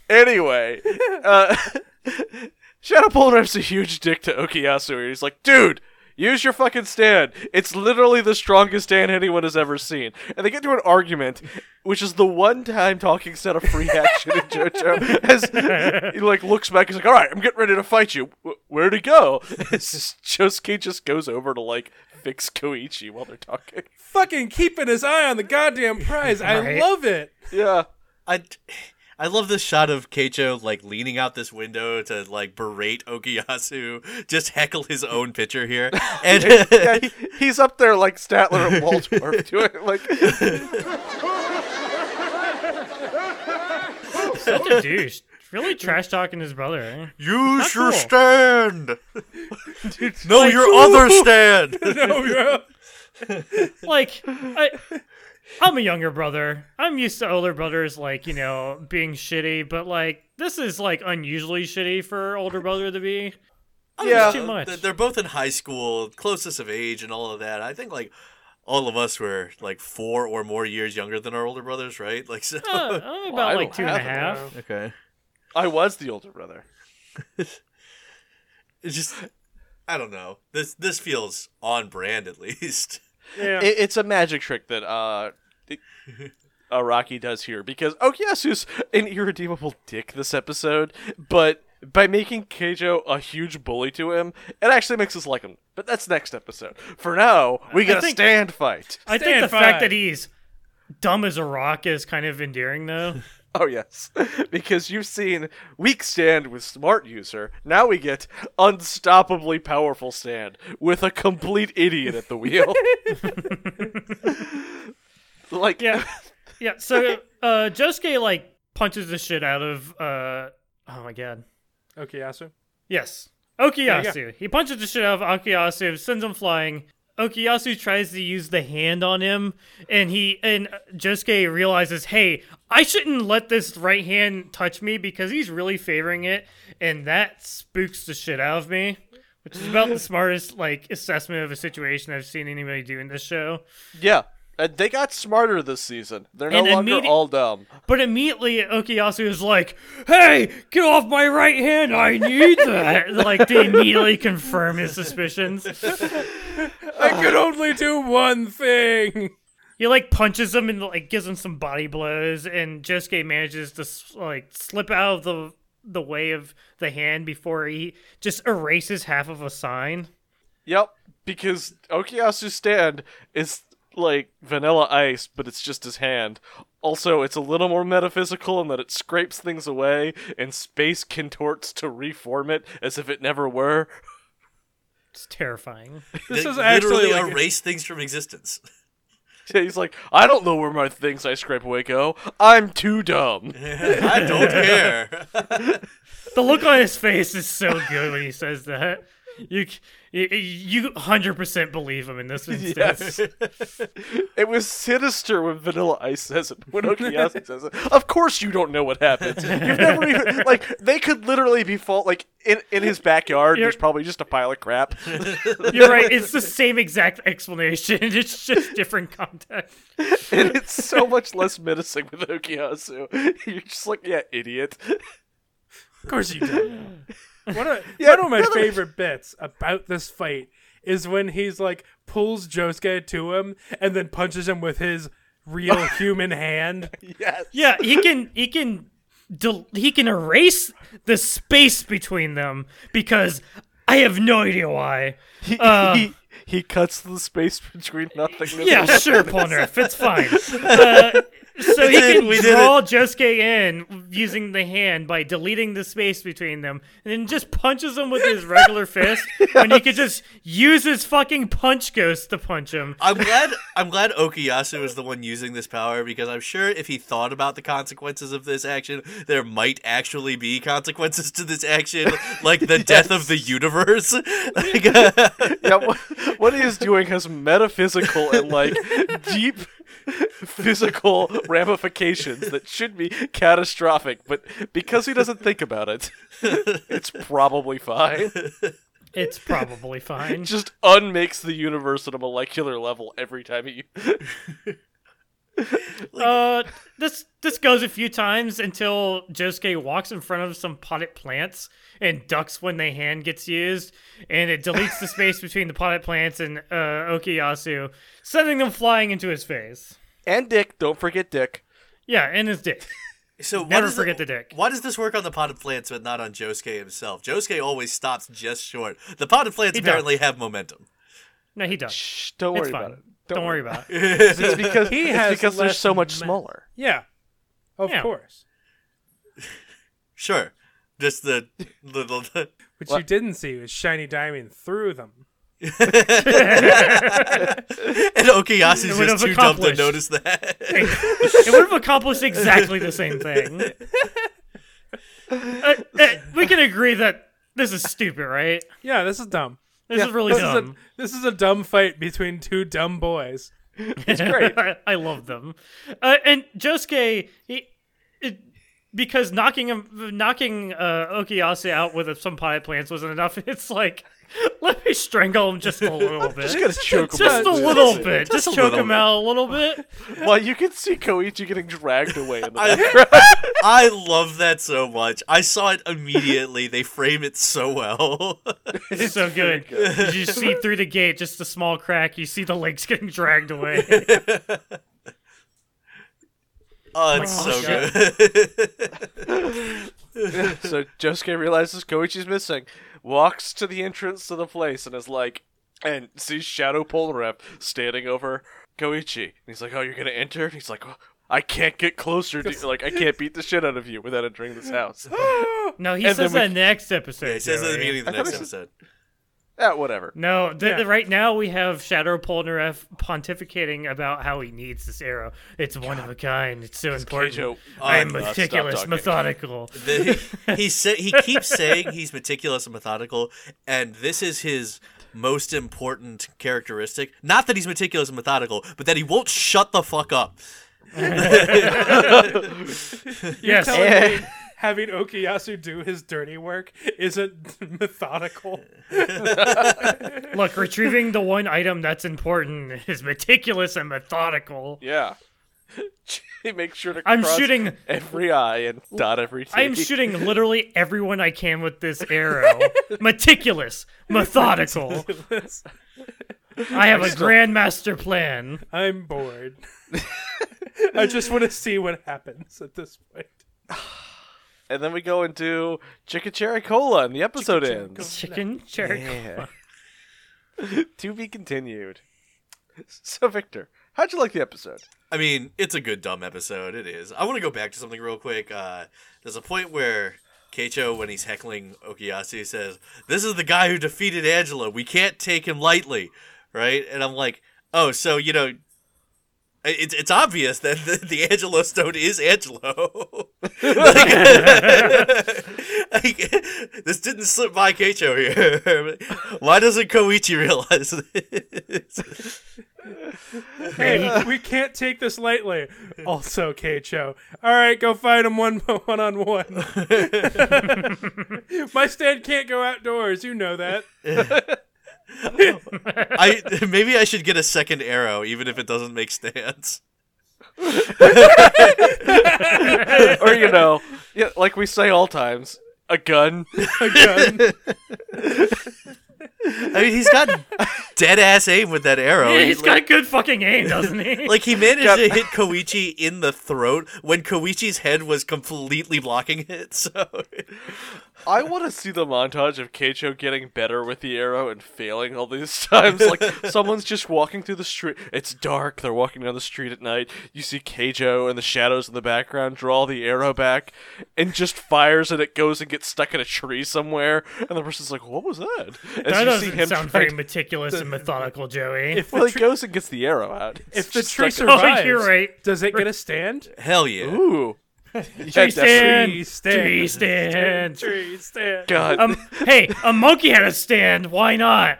anyway, uh, Shadow Polnareff's a huge dick to Okuyasu. He's like, dude, use your fucking stand. It's literally the strongest stand anyone has ever seen. And they get into an argument, which is the one time talking set of free action in JoJo. As he like looks back, he's like, all right, I'm getting ready to fight you. "Wh- Where'd he go? It's just- Josuke just goes over to like fix Koichi while they're talking. Fucking keeping his eye on the goddamn prize. I Right. love it. Yeah. I, I love this shot of Keicho like leaning out this window to like berate Okuyasu, just heckle his own picture here, and yeah, he, he's up there like Statler and Waldorf doing like Such a douche. Really trash talking his brother. eh? use Not cool. your stand. no, your other stand. No, bro. like I, I'm a younger brother. I'm used to older brothers like you know being shitty, but like this is like unusually shitty for older brother to be. yeah. too much. They're both in high school, closest of age, and all of that. I think like all of us were like four or more years younger than our older brothers, right? Like so. Uh, I'm about I like don't two and a have it, half. Uh, Okay. I was the older brother. It's just I don't know. This this feels on brand at least. Yeah. It, it's a magic trick that uh, it- uh Rocky does here because Okuyasu's an irredeemable dick this episode, but by making Keijo a huge bully to him, it actually makes us like him. But that's next episode. For now, we got a think- stand fight. I think the Stand fact five. that he's dumb as a rock is kind of endearing though. Oh yes, because you've seen weak stand with smart user. Now we get unstoppably powerful stand with a complete idiot at the wheel. like Yeah, yeah. So uh, Josuke like punches the shit out of uh, oh my god, okay, Yasu. Yes. There Okuyasu. He punches the shit out of Okuyasu, sends him flying. Okuyasu tries to use the hand on him, and he and Josuke realizes, hey, I shouldn't let this right hand touch me because he's really favoring it, and that spooks the shit out of me. Which is about the smartest like assessment of a situation I've seen anybody do in this show. Yeah. Uh, they got smarter this season. They're no And longer immedi- all dumb. But immediately Okuyasu is like, "Hey, get off my right hand! I need that!" like they immediately confirm his suspicions. I could only do one thing. He like punches him and like gives him some body blows, and Josuke manages to s- like slip out of the the way of the hand before he just erases half of a sign. Yep. because Okuyasu's stand is like vanilla ice, but it's just his hand. Also, it's a little more metaphysical in that it scrapes things away and space contorts to reform it as if it never were. It's terrifying. This They is actually literally like, erase things from existence. He's like, I don't know where my things I scrape away go. I'm too dumb. I don't care. The look on his face is so good when he says that. You c- you- you hundred percent believe him in this instance. It was sinister when Vanilla Ice says it. When Okuyasu says it, of course you don't know what happens. You've never even like they could literally be fault like in in his backyard. You're- There's probably just a pile of crap. You're right. It's the same exact explanation. It's just different context. and it's so much less menacing with Okuyasu. You're just like, yeah, idiot. Of course you did. one, of, Yeah, one of my really. favorite bits about this fight is when he's like pulls Josuke to him and then punches him with his real human hand. Yes. Yeah, he can he can del- he can erase the space between them because I have no idea why. He, Uh. he, he cuts the space between nothingness. Yeah, sure, Paul Nerf, it's fine. Uh, so he did it, can we did draw Josuke in using the hand by deleting the space between them, and then just punches him with his regular fist. And he could just use his fucking punch ghost to punch him. I'm glad I'm glad Okuyasu is the one using this power because I'm sure if he thought about the consequences of this action, there might actually be consequences to this action, like the death of the universe. Like, uh, yeah, what, what he is doing has metaphysical and like deep physical ramifications that should be catastrophic, but because he doesn't think about it, it's probably fine. It's probably fine. Just unmakes the universe at a molecular level every time he. Uh, this this goes a few times until Josuke walks in front of some potted plants and ducks when the hand gets used, and it deletes the space between the potted plants and uh, Okuyasu, sending them flying into his face. And Dick, don't forget Dick. Yeah, and his dick. so why Never does forget the dick. Why does this work on the potted plants but not on Josuke himself? Josuke always stops just short. The potted plants He does. apparently have momentum. No, he does. Shh, don't It's worry fine. about it. Don't, worry about it. It's because He it's has because they're less so much ma- smaller. Yeah, of Yeah. course. Sure, just the little. Which you didn't see was Shiny Diamond through them. and Okuyasu's would just have too dumb to accomplished. notice that. it would have accomplished exactly the same thing. Uh, uh, we can agree that this is stupid, right? Yeah, this is dumb. This is really This is, a, dumb. this is a dumb fight between two dumb boys. great. I love them. Uh, and Josuke, he, it, because knocking him, knocking uh, Okuyasu out with some potted plants wasn't enough. It's like, let me strangle him just a little bit. Just gotta choke him out. Just a little bit. Just, a choke little him bit. out a little bit. Well, you can see Koichi getting dragged away in the back. I, I love that so much. I saw it immediately. They frame it so well. It's so good. You just see through the gate just a small crack. You see the legs getting dragged away. Oh, it's Oh, so shit. good. so Josuke realizes Koichi's missing, walks to the entrance to the place, and is like, and sees Shadow Polnareff standing over Koichi. And he's like, "Oh, you're gonna enter?" And he's like, "Oh, "I can't get closer to you. Like, I can't beat the shit out of you without entering this house." No, he And says then we- that next episode. it says at the Joey. beginning of the thought next it episode. yeah, whatever. No, th- Yeah. right now we have Shadow Polnareff pontificating about how he needs this arrow. It's one of a kind. It's so important. Keijo, I'm I'm, uh, stop meticulous, talking. methodical. The- he sa- he keeps saying he's meticulous and methodical, and this is his most important characteristic. Not that he's meticulous and methodical, but that he won't shut the fuck up. yes, Telling me having Okuyasu do his dirty work isn't methodical. look, retrieving the one item that's important is meticulous and methodical. Yeah. he makes sure to. I'm cross shooting- every I and dot every T. I'm shooting literally everyone I can with this arrow. meticulous, methodical. I have a grandmaster plan. I'm bored. I just want to see what happens at this point. and then we go into Chicken Cherry Cola, and the episode ends. Chicken cherry. Yeah. to be continued. So, Victor, how'd you like the episode? I mean, it's a good dumb episode. It is. I want to go back to something real quick. Uh, there's a point where Keicho, when he's heckling Okuyasu, says, "This is the guy who defeated Angela. We can't take him lightly, right?" And I'm like, "Oh, so you know." i- It's, it's obvious that the, the Angelo Stone is Angelo. Like, this didn't slip by Keicho here. Why doesn't Koichi realize this? Hey, we can't take this lightly. Also, Keicho. All right, go fight him one one on one. My stand can't go outdoors. You know that. I maybe I should get a second arrow, even if it doesn't make stance. Or, you know, yeah, like we say all times, a gun. I mean, he's got dead ass aim with that arrow. Yeah, he's like, got good fucking aim, doesn't he? like, he managed to hit Koichi in the throat when Koichi's head was completely blocking it. So I want to see the montage of Keicho getting better with the arrow and failing all these times. Like, someone's just walking through the street. It's dark. They're walking down the street at night. You see Keicho and the shadows in the background draw the arrow back and just fires and it goes and gets stuck in a tree somewhere. And the person's like, what was that? As that you see doesn't him sound try very to- meticulous and methodical, Joey. Well, he goes and gets the arrow out. If the Just tree stuck Oh, survives, you're right. does it get a stand? hell yeah. in- Ooh. Tree stand, tree Tree stand. stand, tree stand. Tree stand. God, Um, hey, a monkey had a stand. Why not?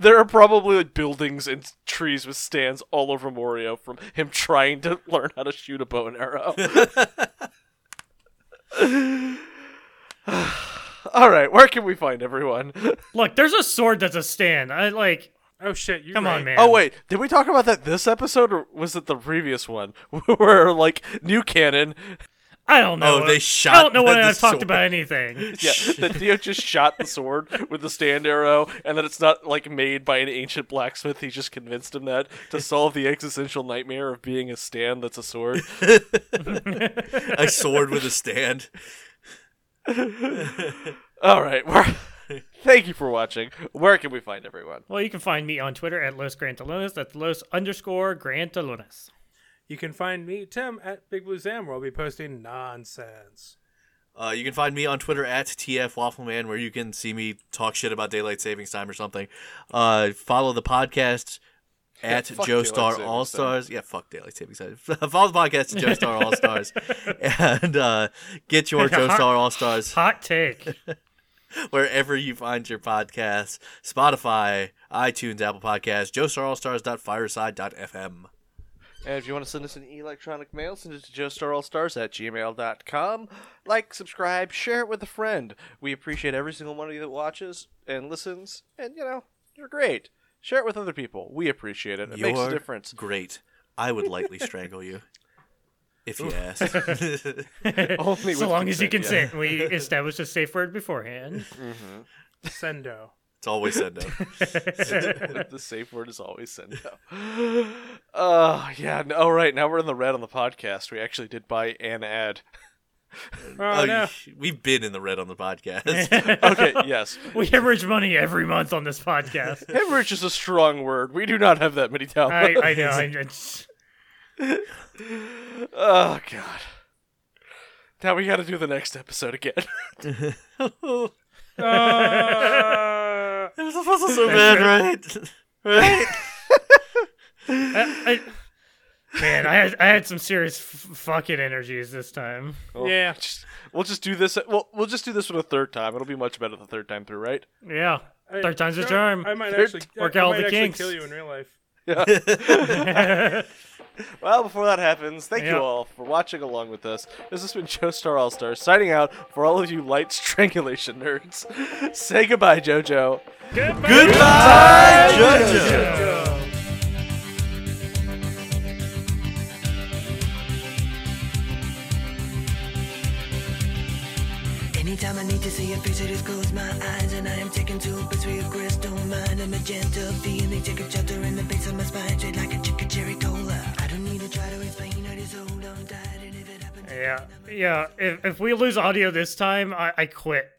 there are probably like, buildings and trees with stands all over Morio from him trying to learn how to shoot a bow and arrow. all right, where can we find everyone? Look, there's a sword that's a stand. I like. Oh shit! You Come right. on, man. Oh wait, did we talk about that this episode or was it the previous one where like new canon? I don't know. Oh, they I shot don't know when the I've sword. talked about anything. Yeah, that Dio just shot the sword with the stand arrow, and that it's not like made by an ancient blacksmith. He just convinced him that to solve the existential nightmare of being a stand that's a sword. A sword with a stand. All right. We're... Thank you for watching. Where can we find everyone? Well, you can find me on Twitter at Los Grantalones. That's Los underscore Grantalones. You can find me, Tim, at Big Blue Sam, where I'll be posting nonsense. Uh, you can find me on Twitter at TF Waffleman, where you can see me talk shit about daylight savings time or something. Uh, follow the podcast at fuck Joe daylight Star savings All Stars. Yeah, fuck daylight savings time. follow the podcast at Joe Star All Stars, and uh, get your Joe Star All Stars Hot take. wherever you find your podcasts: Spotify, iTunes, Apple Podcasts, JoeStarAllStars.Fireside.fm. And if you want to send us an electronic mail, send it to joestarallstars at gmail.com. Like, subscribe, share it with a friend. We appreciate every single one of you that watches and listens, and you know, you're great. Share it with other people. We appreciate it. It makes a You're difference. Great. I would lightly strangle you if you asked. Only with so long as you can consent, say it. We established a safe word beforehand. Sendo. it's always said no. the safe word is always send out. Uh, yeah. no- All right. Now we're in the red on the podcast. We actually did buy an ad. Oh, Oh, no. you- We've been in the red on the podcast. Okay. yes. We hemorrhage money every month on this podcast. Hemorrhage is a strong word. We do not have that many I, downloads. I know. I, it's, Oh god. Now we got to do the next episode again. Uh, it was also so bad, right? right? I, I- man, I had, I had some serious f- fucking energies this time. yeah. Just- we'll just do this. We'll we'll just do this one a third time. It'll be much better the third time through, right? Yeah. Third time's a charm. I might Third- actually I- work I out all might the actually kinks. kill you in real life. Well, before that happens, thank Yeah. you all for watching along with us. This has been Joe Star All Star signing out for all of you light strangulation nerds. Say goodbye, JoJo. Goodbye, judges. Anytime I need to see a picture, just close my eyes And I am taken to a picture of crystal mind A magenta feeling, take a chapter in the base of my spine Straight like a chicken cherry cola I don't need to try to explain, I just hold on tight And if it happens Yeah. Yeah. If, if we lose audio this time, I, I quit.